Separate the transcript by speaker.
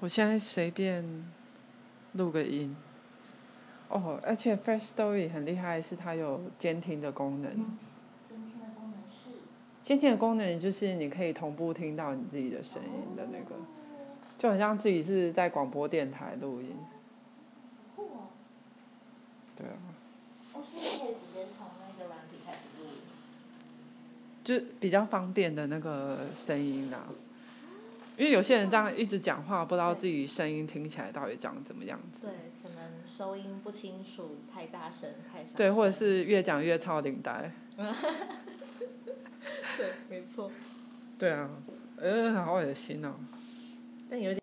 Speaker 1: 我现在随便录个音。哦，而且 First Story 很厉害，是它有监听的功能。
Speaker 2: 监听的功能是
Speaker 1: 监听的功能就是你可以同步听到你自己的声音的那个，就很像自己是在广播电台录音。
Speaker 2: 酷哦，
Speaker 1: 对啊，
Speaker 2: 我哦是可以直接从那个软体开始录音。
Speaker 1: 就比较方便的那个声音啦、因为有些人这样一直讲话，不知道自己声音听起来到底长怎么样子
Speaker 2: 对。，可能收音不清楚，太大声，太小声。
Speaker 1: 对，或者是越讲越超领带。
Speaker 2: 对，没错。
Speaker 1: 对啊，呃，好恶心哦。
Speaker 2: 但有点